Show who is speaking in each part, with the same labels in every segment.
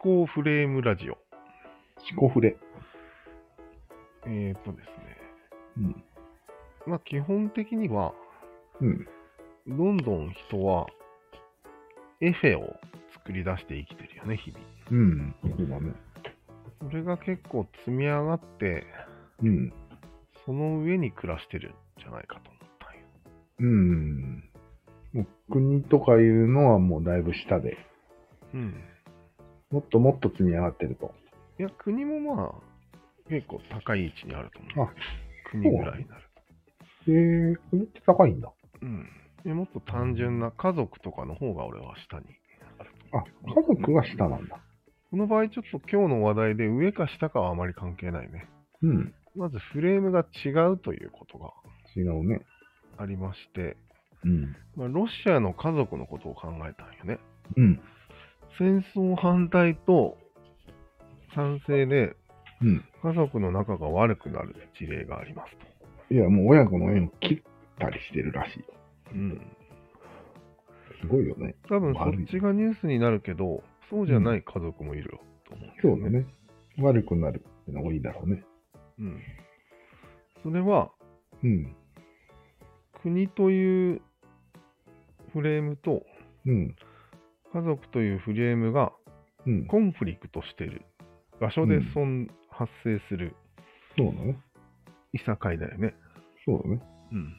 Speaker 1: 考フレームラジオ。
Speaker 2: 思考フレ。
Speaker 1: えっ、とですね。
Speaker 2: うん。
Speaker 1: まあ、基本的には、
Speaker 2: うん。
Speaker 1: どんどん人は、エフェを作り出して生きてるよね、日々。
Speaker 2: うん。そうだね。
Speaker 1: それが結構積み上がって、
Speaker 2: うん。
Speaker 1: その上に暮らしてるんじゃないかと思ったんよ。
Speaker 2: うん。もう国とかいうのはもうだいぶ下で、
Speaker 1: うん。
Speaker 2: もっともっと積み上がってると。
Speaker 1: いや、国もまあ、結構高い位置にあると思う。
Speaker 2: あ
Speaker 1: 国ぐらいになる。
Speaker 2: へえー、国って高いんだ。
Speaker 1: うん。でもっと単純な家族とかの方が俺は下にあると
Speaker 2: あ
Speaker 1: 思う、
Speaker 2: 家族が下なんだ。
Speaker 1: この場合ちょっと今日の話題で上か下かはあまり関係ないね。
Speaker 2: うん。
Speaker 1: まずフレームが違うということが
Speaker 2: 違うね。
Speaker 1: ありまして、
Speaker 2: うん。
Speaker 1: まあ、ロシアの家族のことを考えたんよね。
Speaker 2: うん。
Speaker 1: 戦争反対と賛成で
Speaker 2: うん。
Speaker 1: 家族の仲が悪くなる事例がありますと。
Speaker 2: いや、もう親子の縁を切ったりしてるらしい。
Speaker 1: うん。
Speaker 2: すごいよね。
Speaker 1: 多分そっちがニュースになるけど、そうじゃない家族もいるよと思う
Speaker 2: そ
Speaker 1: よ
Speaker 2: うだ。ね。悪くなるってのがいいだろうね。
Speaker 1: うん。それは
Speaker 2: うん。
Speaker 1: 国というフレームと
Speaker 2: うん。
Speaker 1: 家族というフレームが
Speaker 2: うん。
Speaker 1: コンフリクトしてる場所でそん発生する
Speaker 2: そうだね。
Speaker 1: いさかいだよね。
Speaker 2: そうだね。
Speaker 1: うん。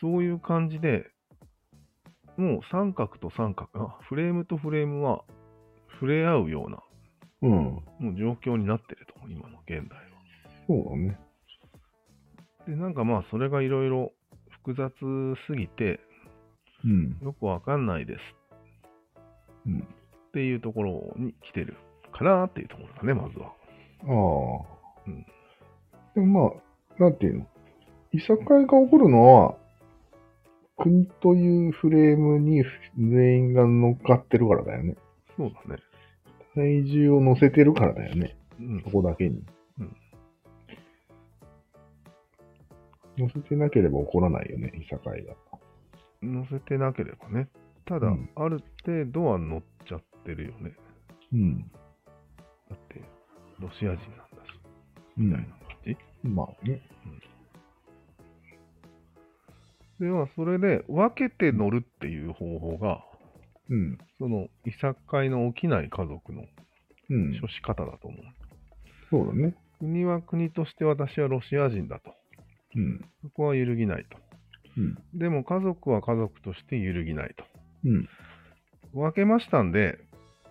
Speaker 1: そういう感じで、もう三角と三角が、フレームとフレームは触れ合うような、
Speaker 2: うん。
Speaker 1: もう状況になってると、今の現代は。
Speaker 2: そうだね。
Speaker 1: で、なんかまあ、それがいろいろ複雑すぎて、
Speaker 2: うん。
Speaker 1: よくわかんないです
Speaker 2: うん。
Speaker 1: っていうところに来てるかなっていうところだね、まずは。
Speaker 2: ああ。
Speaker 1: うん
Speaker 2: でもまあ、なんていうの。いさかいが起こるのは、国というフレームに全員が乗っかってるからだよね。
Speaker 1: そうだね。
Speaker 2: 体重を乗せてるからだよね。
Speaker 1: うん
Speaker 2: そ。こだけに。
Speaker 1: うん
Speaker 2: 乗せてなければ起こらないよね、いさかいが。
Speaker 1: 乗せてなければね。ただ、
Speaker 2: うん
Speaker 1: ある程度は乗っちゃってるよね。
Speaker 2: うん。
Speaker 1: だって、ロシア人なんだし、
Speaker 2: う。
Speaker 1: みたいなん感じ。
Speaker 2: まあね。
Speaker 1: では、それで分けて乗るっていう方法が、
Speaker 2: うん。
Speaker 1: その、いさかいの起きない家族の
Speaker 2: うん。
Speaker 1: 処し方だと思う。
Speaker 2: そうだね。
Speaker 1: 国は国として私はロシア人だと。
Speaker 2: うん。
Speaker 1: そこは揺るぎないと。
Speaker 2: うん。
Speaker 1: でも家族は家族として揺るぎないと。
Speaker 2: うん。
Speaker 1: 分けましたんで、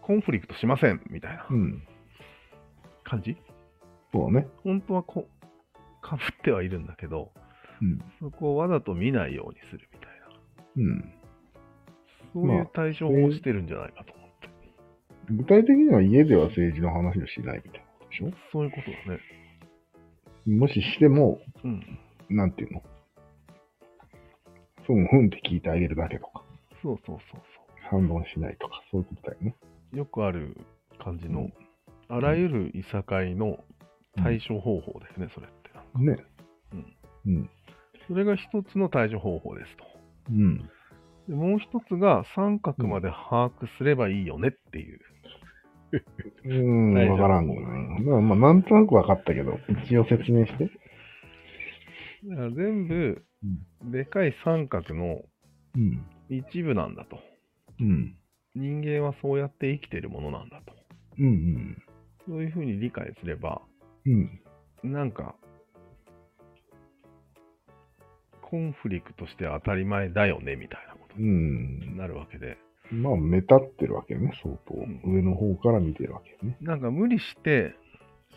Speaker 1: コンフリクトしませんみたいな
Speaker 2: うん。
Speaker 1: 感じ。
Speaker 2: そうだね。
Speaker 1: 本当はこう、かぶってはいるんだけど、
Speaker 2: うん。
Speaker 1: そこをわざと見ないようにするみたいな。
Speaker 2: うん。
Speaker 1: そういう対処法をしてるんじゃないかと思って。
Speaker 2: 具体的には家では政治の話をしないみたいなことでしょ
Speaker 1: そういうことだね。
Speaker 2: もししても、
Speaker 1: うん。
Speaker 2: なんていうのふんふんって聞いてあげるだけとか、
Speaker 1: そうそうそう
Speaker 2: 反論しないとか、そういうことだよね。
Speaker 1: そう。よくある感じの、
Speaker 2: うん
Speaker 1: あらゆるいさかいの対処方法ですね、それって。
Speaker 2: ね。うん。
Speaker 1: それが一つの対処方法ですと。
Speaker 2: うん。
Speaker 1: でもう一つが三角まで把握すればいいよねっていう。
Speaker 2: うーん、
Speaker 1: 大丈
Speaker 2: わ
Speaker 1: 夫
Speaker 2: からんごな。まあ、まあ、なんとなくわかったけど、一応説明して。
Speaker 1: だから全部、でかい三角の
Speaker 2: うん。
Speaker 1: 一部なんだと。
Speaker 2: うん。
Speaker 1: 人間はそうやって生きてるものなんだと。
Speaker 2: うん。
Speaker 1: そういうふうに理解すれば、
Speaker 2: うん。うん。
Speaker 1: なんか、コンフリクトして当たり前だよねみたいなこと
Speaker 2: う
Speaker 1: に
Speaker 2: ん。
Speaker 1: なるわけで、
Speaker 2: まあ、目立ってるわけよね、相当。
Speaker 1: うん
Speaker 2: 上の方から見てるわけよね。
Speaker 1: なんか無理して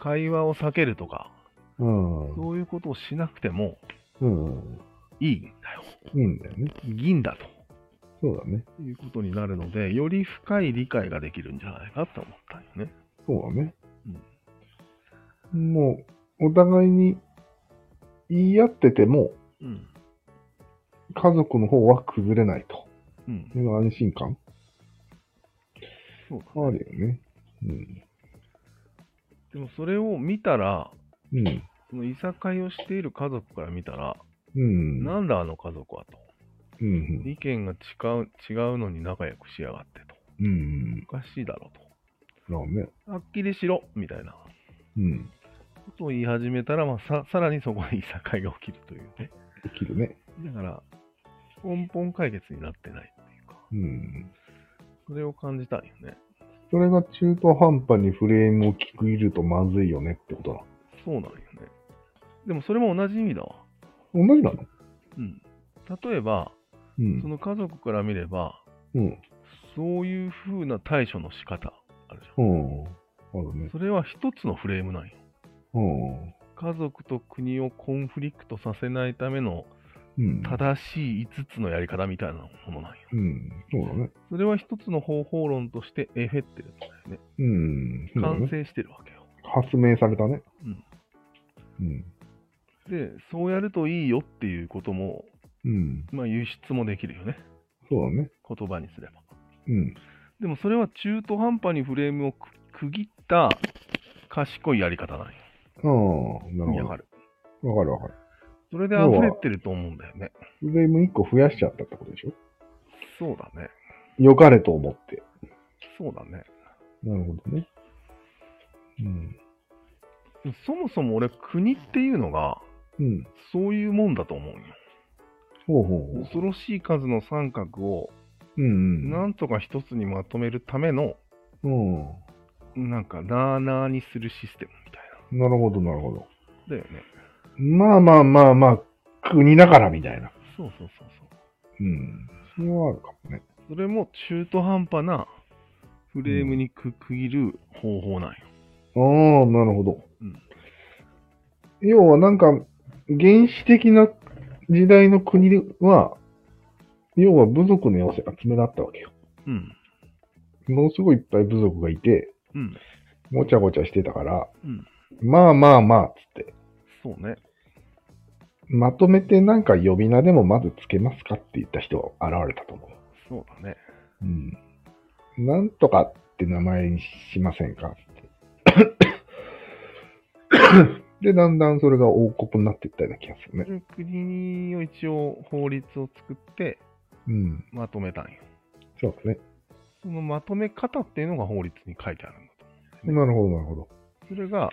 Speaker 1: 会話を避けるとか、
Speaker 2: うん。
Speaker 1: そういうことをしなくても
Speaker 2: うん。
Speaker 1: いいんだよ。
Speaker 2: いいんだよね。
Speaker 1: 銀だ
Speaker 2: そうだね。
Speaker 1: ということになるので、より深い理解ができるんじゃないかと思ったんよね。
Speaker 2: そうだね。もう、お互いに言い合ってても、
Speaker 1: うん。
Speaker 2: 家族の方は崩れないと。
Speaker 1: うん。
Speaker 2: いう安心感
Speaker 1: そう
Speaker 2: あ
Speaker 1: だね
Speaker 2: るよね。うん。
Speaker 1: でもそれを見たら、
Speaker 2: うん。
Speaker 1: そのいさかいをしている家族から見たら、
Speaker 2: うん。
Speaker 1: なんだあの家族はと。
Speaker 2: うん。
Speaker 1: 意見が違う違うのに仲良くしやがってと。
Speaker 2: うん。うん。
Speaker 1: おかしいだろう
Speaker 2: だろうね。
Speaker 1: と。はっきりしろみたいなこ
Speaker 2: うん。
Speaker 1: とを言い始めたら、まあ、ささらにそこでいさかいが起きるというね。
Speaker 2: できるね。
Speaker 1: だから、根本解決になってないっていうか、
Speaker 2: うん。
Speaker 1: それを感じたいよね。
Speaker 2: それが中途半端にフレームを聞くいるとまずいよねってことだ。
Speaker 1: そうなんよね。でもそれも同じ意味だわ。
Speaker 2: 同じなの
Speaker 1: うん。例えば、
Speaker 2: うん
Speaker 1: そ。の家族から見れば、
Speaker 2: うん。
Speaker 1: そういう風な対処の仕方あるじゃん。
Speaker 2: うん。あるね。
Speaker 1: それは一つのフレームなんよ。
Speaker 2: うん。
Speaker 1: 家族と国をコンフリクトさせないための
Speaker 2: うん。
Speaker 1: 正しい5つのやり方みたいなものなんよ。
Speaker 2: うん。そうだね。
Speaker 1: それは一つの方法論としてエフェってるんだよね。
Speaker 2: うん。そうだ
Speaker 1: 完
Speaker 2: ね。
Speaker 1: 成してるわけよ。
Speaker 2: 発明されたね。
Speaker 1: うん。
Speaker 2: うん。
Speaker 1: で、そうやるといいよっていうことも、
Speaker 2: うん。
Speaker 1: まあ輸出もできるよね。
Speaker 2: そうだね。
Speaker 1: 言葉にすれば。
Speaker 2: うん。
Speaker 1: でもそれは中途半端にフレームをく区切った賢いやり方なんよ。
Speaker 2: ああ、な
Speaker 1: 意味
Speaker 2: る
Speaker 1: わ
Speaker 2: ほ
Speaker 1: かる。
Speaker 2: ど。わかるわかる。
Speaker 1: それで溢れてると思うんだよね。
Speaker 2: フレーム1個増やしちゃったってことでしょ
Speaker 1: そうだね。
Speaker 2: 良かれと思って。
Speaker 1: そうだね。
Speaker 2: なるほどね。うん。
Speaker 1: そもそも俺、国っていうのが、
Speaker 2: うん。
Speaker 1: そういうもんだと思うんよ。
Speaker 2: ほうほうほう。
Speaker 1: 恐ろしい数の三角を、
Speaker 2: うんうん。
Speaker 1: なんとか一つにまとめるための、
Speaker 2: うん。
Speaker 1: なんか、なーなーにするシステムみたい
Speaker 2: なるほど、なるほど。
Speaker 1: な。だよね。
Speaker 2: まあまあまあまあ、国だからみたいな。
Speaker 1: そうそうそうそう。
Speaker 2: うん。それはあるかもね。
Speaker 1: それも中途半端なフレームにく区切る方法なんよ。
Speaker 2: ああ、なるほど。
Speaker 1: うん
Speaker 2: 要はなんか、原始的な時代の国は、要は部族の寄せ集めだったわけよ。
Speaker 1: うん。
Speaker 2: ものすごいいっぱい部族がいて、
Speaker 1: うん。
Speaker 2: ごちゃごちゃしてたから、
Speaker 1: うん。
Speaker 2: まあまあまあ、つって、
Speaker 1: そうね。
Speaker 2: まとめてなんか呼び名でもまずつけますかって言った人が現れたと思う。
Speaker 1: そうだね。
Speaker 2: うん。なんとかって名前にしませんかって。 で、だんだんそれが王国になっていったような気がするね。
Speaker 1: 国を一応法律を作って
Speaker 2: うん。
Speaker 1: まとめたんよ。
Speaker 2: そうですね。
Speaker 1: そのまとめ方っていうのが法律に書いてあるんだと。
Speaker 2: なるほど、なるほど。
Speaker 1: それが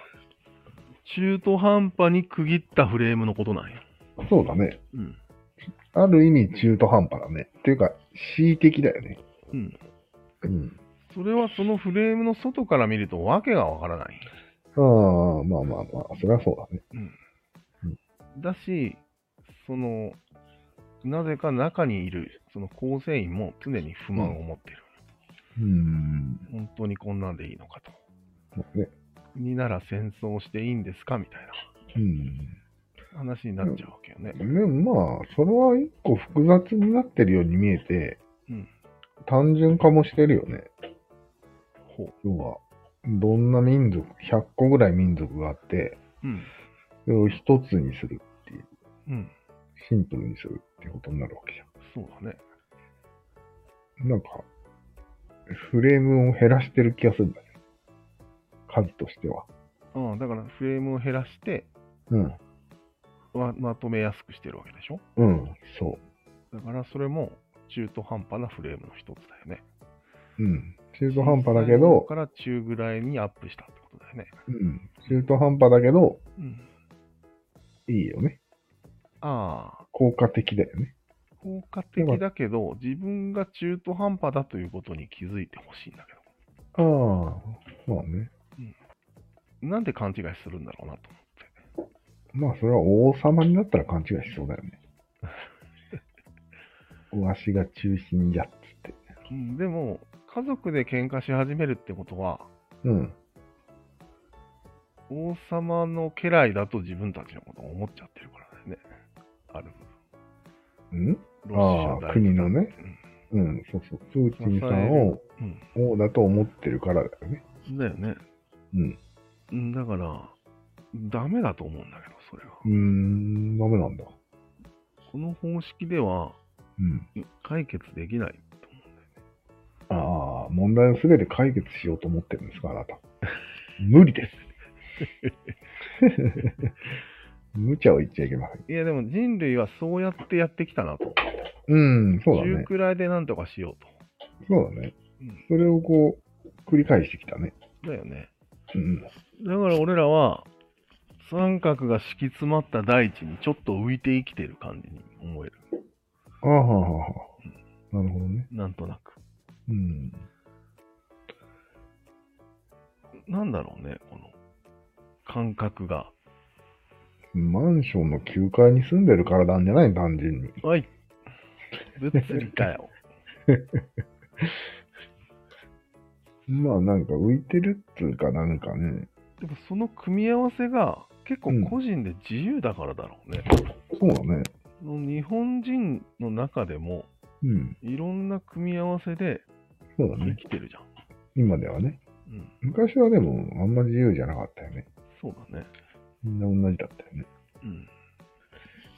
Speaker 1: 中途半端に区切ったフレームのことなんよ。
Speaker 2: そうだね。
Speaker 1: うん。
Speaker 2: ある意味中途半端だね。っていうか、恣意的だよね。
Speaker 1: うん。
Speaker 2: うん。
Speaker 1: それはそのフレームの外から見るとわけがわからない。
Speaker 2: ああ、まあまあまあ、そりゃそうだね。
Speaker 1: だし、その、なぜか中にいるその構成員も常に不満を持っている。
Speaker 2: うん。
Speaker 1: 本当にこんなんでいいのかと。
Speaker 2: そうね。
Speaker 1: 国なら戦争していいんですかみたい
Speaker 2: うん。
Speaker 1: な話になっちゃうわけよね。
Speaker 2: でもまあ、それは一個複雑になってるように見えて、
Speaker 1: うん
Speaker 2: 単純化もしてるよね。
Speaker 1: ほう。
Speaker 2: 要は、どんな民族、100個ぐらい民族があって、
Speaker 1: うん。
Speaker 2: それを一つにする、
Speaker 1: うん。
Speaker 2: シンプルにするってことになるわけじ
Speaker 1: そうだね。
Speaker 2: ゃん。なんか、フレームを減らしてる気がするんだね。数としては。
Speaker 1: ああ、だからフレームを減らして、
Speaker 2: うん。
Speaker 1: ままとめやすくしてるわけでしょ
Speaker 2: うん、そ
Speaker 1: だからそれも中途半端なフレームの一つだよね。
Speaker 2: う。うん。中途半端だ
Speaker 1: 小、さい
Speaker 2: けど
Speaker 1: ものから中ぐらいにアップしたってことだよね。
Speaker 2: うん。中途半端だけど、
Speaker 1: うん。
Speaker 2: いいよね。
Speaker 1: ああ、
Speaker 2: 効果的だよね。
Speaker 1: 効果的だけど、自分が中途半端だということに気づいてほしいんだけ
Speaker 2: ああ、まあね。
Speaker 1: ど、なんで勘違いするんだろうなと思って。
Speaker 2: まあ、それは王様になったら勘違いしそうだよ ね。わしが中心じゃっつって。
Speaker 1: うん、でも、家族で喧嘩し始めるってことは、
Speaker 2: うん。
Speaker 1: 王様の家来だと自分たちのことを思っちゃってるからだよね。ある
Speaker 2: うん
Speaker 1: 部分。ロシア大
Speaker 2: ああ国のね
Speaker 1: うん
Speaker 2: うん、そうそう。プーチンさんを
Speaker 1: うん
Speaker 2: 王だと思ってるからだよね。
Speaker 1: だよね。
Speaker 2: うん。
Speaker 1: うんだから、ダメだと思うんだけど、それは。
Speaker 2: うーん、ダメなんだ。
Speaker 1: この方式では
Speaker 2: うん。
Speaker 1: 解決できないと思うんだよね。
Speaker 2: ああ、問題をすべて解決しようと思ってるんですか、あなた。 無理です。 無茶を言っちゃいけません。
Speaker 1: いや、でも人類はそうやってやってきたなと。
Speaker 2: うん、そうだ
Speaker 1: 中
Speaker 2: ね。
Speaker 1: くらいでなんとかしようと。
Speaker 2: そうだね。
Speaker 1: うん
Speaker 2: それをこう、繰り返してきたね。
Speaker 1: だよね。
Speaker 2: うん。
Speaker 1: だから俺らは、三角が敷き詰まった大地にちょっと浮いて生きてる感じに思える。
Speaker 2: ああ、はあ、はあ。なるほどね。
Speaker 1: なんとなく。
Speaker 2: うん。
Speaker 1: なんだろうね、この感覚が。
Speaker 2: マンションの9階に住んでるからなんじゃない単純に。
Speaker 1: おい物理か よ。
Speaker 2: まあなんか浮いてるっつうかなんかね。
Speaker 1: でもその組み合わせが結構個人で自由だからだろうね。
Speaker 2: そうだね。
Speaker 1: 日本人の中でも
Speaker 2: うん。
Speaker 1: いろんな組み合わせで
Speaker 2: そうだ
Speaker 1: 生
Speaker 2: ね。
Speaker 1: きてるじゃん。
Speaker 2: 今ではね。
Speaker 1: うん、
Speaker 2: 昔はでもあんま自由じゃなかったよね。
Speaker 1: そうだね。
Speaker 2: みんな同じだったよね。
Speaker 1: うん。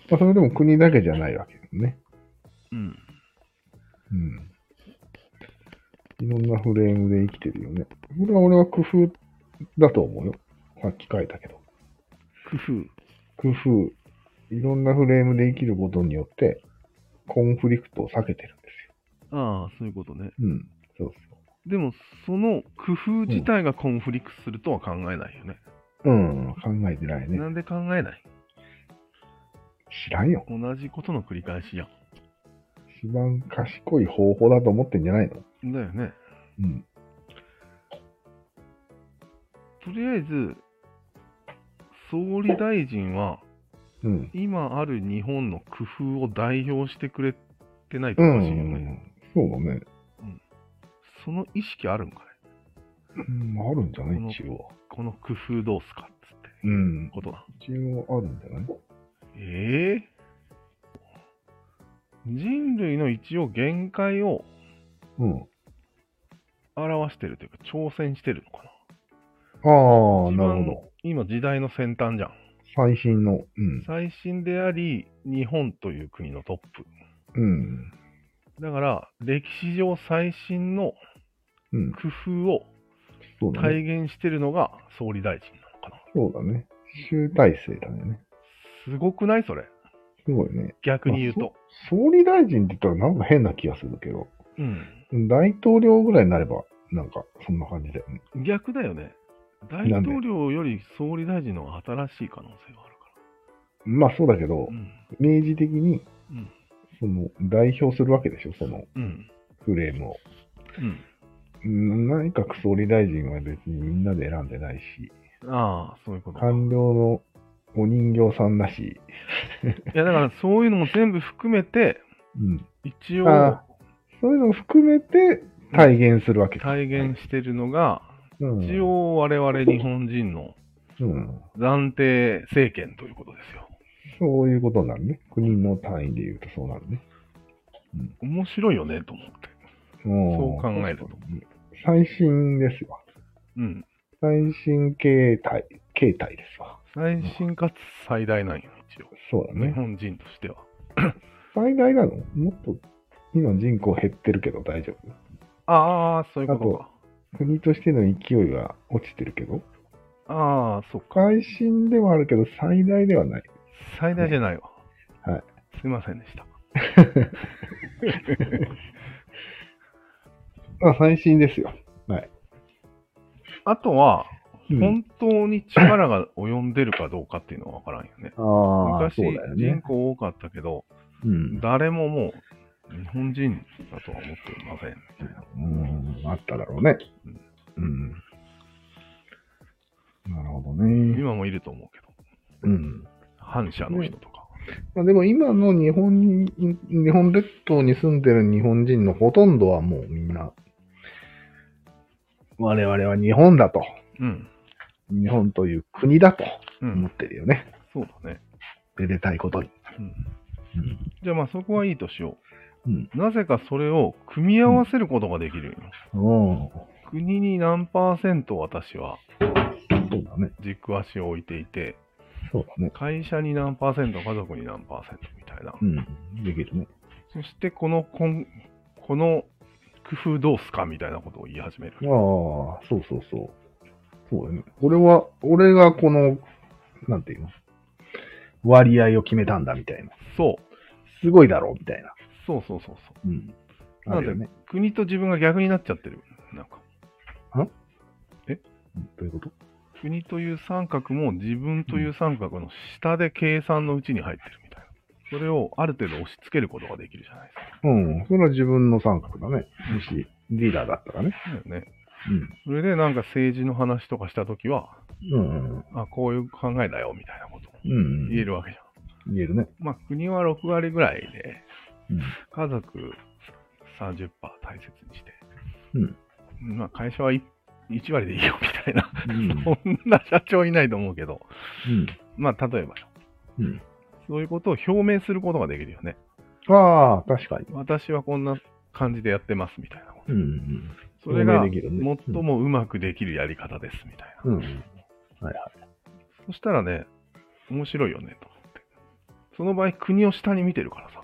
Speaker 2: まあそれでも国だけじゃないわけだね。
Speaker 1: うん。
Speaker 2: うん。いろんなフレームで生きてるよね。これは俺は工夫だと思うよ。さっき書いたけど。
Speaker 1: 工夫。
Speaker 2: 工夫。いろんなフレームで生きることによって、コンフリクトを避けてるんで
Speaker 1: ああ、そういうことね。
Speaker 2: すよ。うん。そうそう。
Speaker 1: でも、その工夫自体がコンフリクトするとは考えないよね。
Speaker 2: うん、考えてないね。
Speaker 1: なんで考えない
Speaker 2: 知らんよ。
Speaker 1: 同じことの繰り返しや
Speaker 2: 一番賢い方法だと思ってんじゃないの
Speaker 1: ん。だよね。
Speaker 2: うん。
Speaker 1: とりあえず、総理大臣は
Speaker 2: うん。
Speaker 1: 今ある日本の工夫を代表してくれてないと
Speaker 2: う
Speaker 1: おかしいよね。
Speaker 2: ん。そうだね。
Speaker 1: その意識あるんかね。
Speaker 2: うん、あるんじゃな
Speaker 1: この
Speaker 2: い一応。
Speaker 1: この工夫どうすかっつって
Speaker 2: うん。
Speaker 1: ことだ。
Speaker 2: 一応あるんじゃない
Speaker 1: ええ人類の一応限界を
Speaker 2: うん。
Speaker 1: 表してるというか挑戦してるのかな。
Speaker 2: ああ、
Speaker 1: 一番
Speaker 2: なるほど。
Speaker 1: 今時代の先端じゃん。
Speaker 2: 最新の。うん。
Speaker 1: 最新であり、日本という国のトップ。
Speaker 2: うん。
Speaker 1: だから、歴史上最新の
Speaker 2: うん。
Speaker 1: 工夫を
Speaker 2: そうだね。
Speaker 1: 体現してるのが総理大臣なのかな。
Speaker 2: そうだね。集大成だよね。
Speaker 1: すごくないそれ。
Speaker 2: すごいね。
Speaker 1: 逆に言うと。
Speaker 2: 総理大臣って言ったらなんか変な気がするけど、
Speaker 1: うん。
Speaker 2: 大統領ぐらいになれば、なんかそんな感じだよね。
Speaker 1: 逆だよね。大
Speaker 2: なんで
Speaker 1: 統領より総理大臣の方が新しい可能性があるか
Speaker 2: まあそうだけ
Speaker 1: ら。
Speaker 2: ど
Speaker 1: う、ん。
Speaker 2: 明示的に
Speaker 1: うん、
Speaker 2: その、代表するわけでしょ、その
Speaker 1: うん。
Speaker 2: フレームを。
Speaker 1: うん。
Speaker 2: うん内閣総理大臣は別にみんなで選んでないし、
Speaker 1: ああ、そういうことか。
Speaker 2: 官僚のお人形さんだし、
Speaker 1: いや、だからそういうのも全部含めて、
Speaker 2: うん、
Speaker 1: 一応
Speaker 2: あそういうのを含めて体現するわけだ
Speaker 1: 体現してるのが、
Speaker 2: うん
Speaker 1: 一応我々日本人の
Speaker 2: うん。
Speaker 1: 暫定政権ということですよ。
Speaker 2: そういうことになるね。国の単位で言うとそうなるね。
Speaker 1: 面白いよね、と思って。
Speaker 2: そ
Speaker 1: そう考えると。
Speaker 2: 最新ですわ。
Speaker 1: うん。
Speaker 2: 最新形態、形態ですわ。
Speaker 1: 最新かつ最大なんよ、一応。
Speaker 2: そうだ
Speaker 1: 日
Speaker 2: ね。
Speaker 1: 本人としては。
Speaker 2: 最大なのもっと、今人口減ってるけど大丈夫
Speaker 1: ああ、そういうことか。
Speaker 2: 国としての勢いは落ちてるけど
Speaker 1: ああ、そっか。
Speaker 2: 最新ではあるけど、最大ではない。
Speaker 1: 最大じゃないわ。
Speaker 2: はい。
Speaker 1: すいませんでした。
Speaker 2: まあ、最新ですよ。
Speaker 1: あとは、
Speaker 2: うん
Speaker 1: 本当に力が及んでるかどうかっていうのはわからんよね。
Speaker 2: ああ、
Speaker 1: 昔、
Speaker 2: そうだよ
Speaker 1: 人
Speaker 2: ね。
Speaker 1: 口多かったけど、
Speaker 2: うん。
Speaker 1: 誰ももう日本人だとは思っていません。
Speaker 2: うん、あっただろうね。うん。なるほどね。
Speaker 1: 今もいると思うけど、
Speaker 2: うん。
Speaker 1: 反社の人とか。
Speaker 2: まあ、でも今の日本に、日本列島に住んでる日本人のほとんどはもうみんな、我々は日本だと。
Speaker 1: うん。
Speaker 2: 日本という国だと
Speaker 1: う
Speaker 2: 思っ
Speaker 1: ん。
Speaker 2: てるよね。
Speaker 1: そうだね。
Speaker 2: めでたいことに。
Speaker 1: うん
Speaker 2: うん
Speaker 1: じゃあまあそこはいいとしよう。
Speaker 2: うん
Speaker 1: なぜかそれを組み合わせることができるよ。
Speaker 2: うん。
Speaker 1: 国に何パーセント私は
Speaker 2: そうだね。
Speaker 1: 軸足を置いていて、
Speaker 2: そうだね。
Speaker 1: 会社に何パーセント、家族に何パーセントみたいな。
Speaker 2: うん。できるね。
Speaker 1: そしてこのこん、この工夫どうすかみたいなことを言い始める。
Speaker 2: ああ、そうそうそう。そうだね。俺は、俺がこの、なんていうの割合を決めたんだみたいな。
Speaker 1: そう。
Speaker 2: すごいだろうみたいな。
Speaker 1: そうそうそうそう。
Speaker 2: うん。あるよね。
Speaker 1: 国と自分が逆になっちゃってる。なんか、
Speaker 2: うんどういうこと
Speaker 1: 国という三角も自分という三角の下で計算のうちに入ってるみたいな。それをある程度押し付けることができるじゃないですか。
Speaker 2: うん。それは自分の三角だね。もし、リーダーだったらね。
Speaker 1: だよね。それでなんか政治の話とかしたときは、
Speaker 2: うん。うん。
Speaker 1: あ、こういう考えだよみたいなことを
Speaker 2: うん。
Speaker 1: 言え
Speaker 2: る。
Speaker 1: るわけじゃん。
Speaker 2: 言えるね。
Speaker 1: まあ国は6割ぐらいで、
Speaker 2: うん。
Speaker 1: 家族30%大切にして、まあ会社は 1, 割でいいよみたいな、
Speaker 2: うん。
Speaker 1: そんな社長いないと思うけど、
Speaker 2: うん。
Speaker 1: まあ例えばよ
Speaker 2: うん。
Speaker 1: そういうことを表明することができるよね。
Speaker 2: ああ、確かに。
Speaker 1: 私はこんな感じでやってますみたいなこと。
Speaker 2: うんうん。
Speaker 1: それが
Speaker 2: 表明できるね
Speaker 1: 最もうまくできるやり方ですみたいな。
Speaker 2: うん。はいはい。
Speaker 1: そしたらね、面白いよねと思って。その場合、国を下に見てるからさ、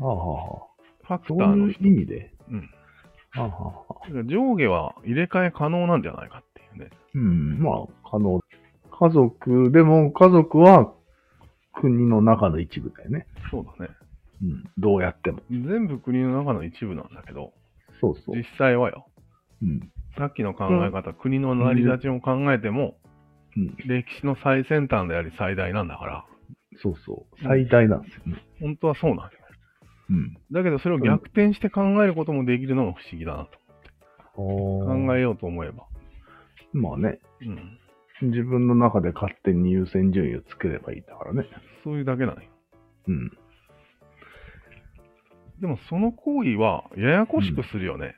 Speaker 2: ああ、はあ
Speaker 1: ファクタ
Speaker 2: そ
Speaker 1: ー
Speaker 2: う
Speaker 1: の
Speaker 2: いう
Speaker 1: 人
Speaker 2: 意味で。
Speaker 1: うん
Speaker 2: ああ、はあはあ
Speaker 1: だから上下は入れ替え可能なんじゃないかっていうね。
Speaker 2: うん。まあ、可能。家族、でも家族は国の中の一部だよね。
Speaker 1: そうだね。
Speaker 2: うん。どうやっても。
Speaker 1: 全部国の中の一部なんだけど、
Speaker 2: そうそう
Speaker 1: 実。際はよ、
Speaker 2: うん。
Speaker 1: さっきの考え方、国の成り立ちを考えても、
Speaker 2: うん。
Speaker 1: 歴史の最先端であり最大なんだから、
Speaker 2: そうそう。最大なんですよね。
Speaker 1: 本当はそうなんだよ。
Speaker 2: うん。
Speaker 1: だけどそれを逆転して考えることもできるのが不思議だなと。
Speaker 2: 考
Speaker 1: 考えようと思えば。
Speaker 2: まあね、
Speaker 1: うん。
Speaker 2: 自分の中で勝手に優先順位をつければいいんだからね。
Speaker 1: そういうだけなんよ。
Speaker 2: うん。
Speaker 1: でもその行為はややこしくするよね、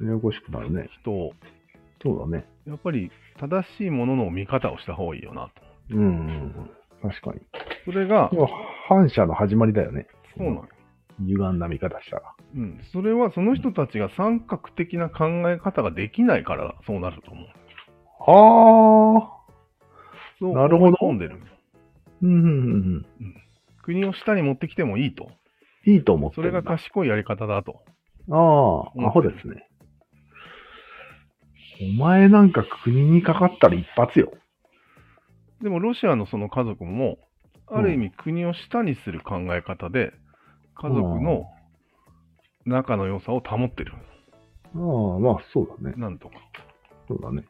Speaker 2: ややこしくなるね。
Speaker 1: 人を。
Speaker 2: そうだね。
Speaker 1: やっぱり正しいものの見方をした方がいいよなと。
Speaker 2: うんうんうん。確かに。
Speaker 1: それが、
Speaker 2: 要は反射の始まりだよね。
Speaker 1: そうなんよ
Speaker 2: 歪んだ見方したら。
Speaker 1: うん、それはその人たちが三角的な考え方ができないからそうなると思う。
Speaker 2: ああ。
Speaker 1: そう
Speaker 2: なるほど
Speaker 1: 思い込んでる。
Speaker 2: うんうんうん
Speaker 1: 国を下に持ってきてもいいと。
Speaker 2: うん。いいと思って
Speaker 1: そ
Speaker 2: る
Speaker 1: れ
Speaker 2: んだ。
Speaker 1: が賢いやり方だと。
Speaker 2: ああ、アホですね。お前なんか国にかかったら一発よ。
Speaker 1: でもロシアのその家族も、
Speaker 2: うん
Speaker 1: ある意味国を下にする考え方で、家族の仲の良さを保ってる。
Speaker 2: ああ、まあそうだね。
Speaker 1: なんとか。
Speaker 2: そうだね。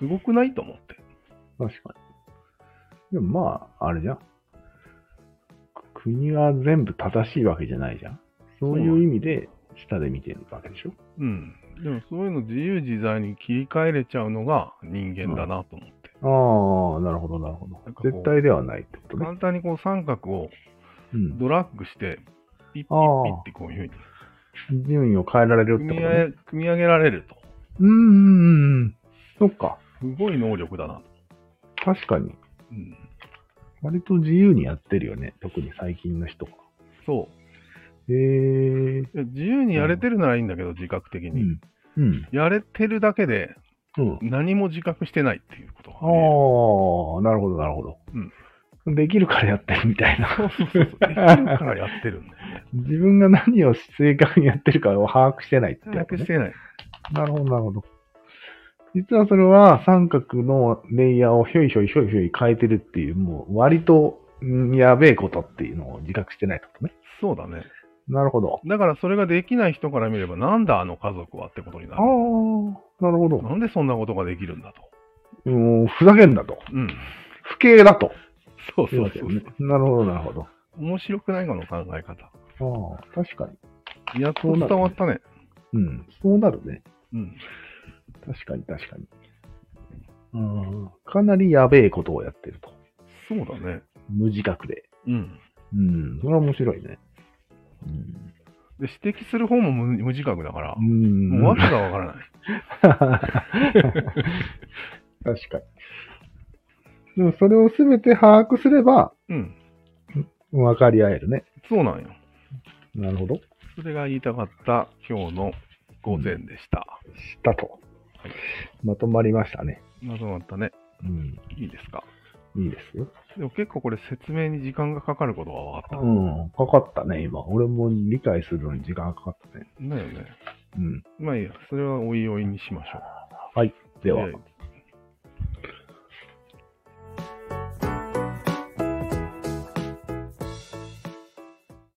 Speaker 1: すごくないと思って。
Speaker 2: 確かに。でもまあ、あれじゃん。国は全部正しいわけじゃないじゃん。そういう意味で、下で見てるわけでしょ。
Speaker 1: うん。でもそういうの自由自在に切り替えれちゃうのが人間だなと思って。
Speaker 2: ああ、なるほど、なるほど
Speaker 1: なんかこ。う
Speaker 2: 絶対ではないってことね。
Speaker 1: 簡単にこう三角を
Speaker 2: うん。
Speaker 1: ドラッグして、ピッピッピッってこういう
Speaker 2: 順位を変えられる
Speaker 1: ふう
Speaker 2: っ
Speaker 1: に組み
Speaker 2: てこと
Speaker 1: 上
Speaker 2: ね。
Speaker 1: げ組み上げられると。
Speaker 2: うんうんうん。そっか。
Speaker 1: すごい能力だなと。
Speaker 2: 確かに。
Speaker 1: うん、
Speaker 2: 割と自由にやってるよね。特に最近の人は。
Speaker 1: そ
Speaker 2: へえ。
Speaker 1: う。いや自由にやれてるならいいんだけど、自覚的に、
Speaker 2: うん。うん。
Speaker 1: やれてるだけで
Speaker 2: うん。
Speaker 1: 何も自覚してないっていうことが
Speaker 2: ああ
Speaker 1: 見える、
Speaker 2: なるほど、なるほど。
Speaker 1: うん
Speaker 2: できるからやってるみたいな。
Speaker 1: そうそうそうそう。できるからやってるんだ よね。
Speaker 2: 自分が何を正確にやってるかを把握してないって
Speaker 1: 自
Speaker 2: やつ
Speaker 1: 覚
Speaker 2: ね、
Speaker 1: してない。
Speaker 2: なるほど、なるほど。実はそれは三角のレイヤーをひょいひょいひょいひょい変えてるっていう、もう割とんやべえことっていうのを自覚してないってことね。
Speaker 1: そうだね。
Speaker 2: なるほど。
Speaker 1: だからそれができない人から見れば、なんだあの家族はってことにな
Speaker 2: ああ
Speaker 1: る。、
Speaker 2: なるほど。
Speaker 1: なんでそんなことができるんだと。
Speaker 2: もうふざけんなと。
Speaker 1: うん。
Speaker 2: 不敬だと。
Speaker 1: そうそうそ
Speaker 2: い
Speaker 1: うう
Speaker 2: わけですねなるほど、なるほど。
Speaker 1: 面白くないこの考え方。
Speaker 2: ああ、確かに。
Speaker 1: やっと伝わったね。
Speaker 2: うん、そうなるね。
Speaker 1: うん。
Speaker 2: 確かに、確かに。うん、かなりやべえことをやってると。
Speaker 1: そうだね。
Speaker 2: 無自覚で。
Speaker 1: うん。
Speaker 2: うん、それは面白いね。うん。
Speaker 1: で指摘する方も無無自覚だから、
Speaker 2: うん
Speaker 1: もう訳がわからない。
Speaker 2: 確かに。でもそれを全て把握すれば
Speaker 1: うん。
Speaker 2: 分かり合えるね。
Speaker 1: そうなんよ。
Speaker 2: なるほど。
Speaker 1: それが言いたかった今日の午前でした。
Speaker 2: したと。まとまりましたね。
Speaker 1: まとまったね。
Speaker 2: うん。
Speaker 1: いいですか。
Speaker 2: いいですよ。
Speaker 1: でも結構これ説明に時間がかかることが分かっ
Speaker 2: うん。かかったね、今。俺も理解するのに時間がかかったね。
Speaker 1: た。だよね。
Speaker 2: うん。
Speaker 1: まあいいや、それはおいおいにしましょ
Speaker 2: はい。
Speaker 1: う。
Speaker 2: では。
Speaker 1: いや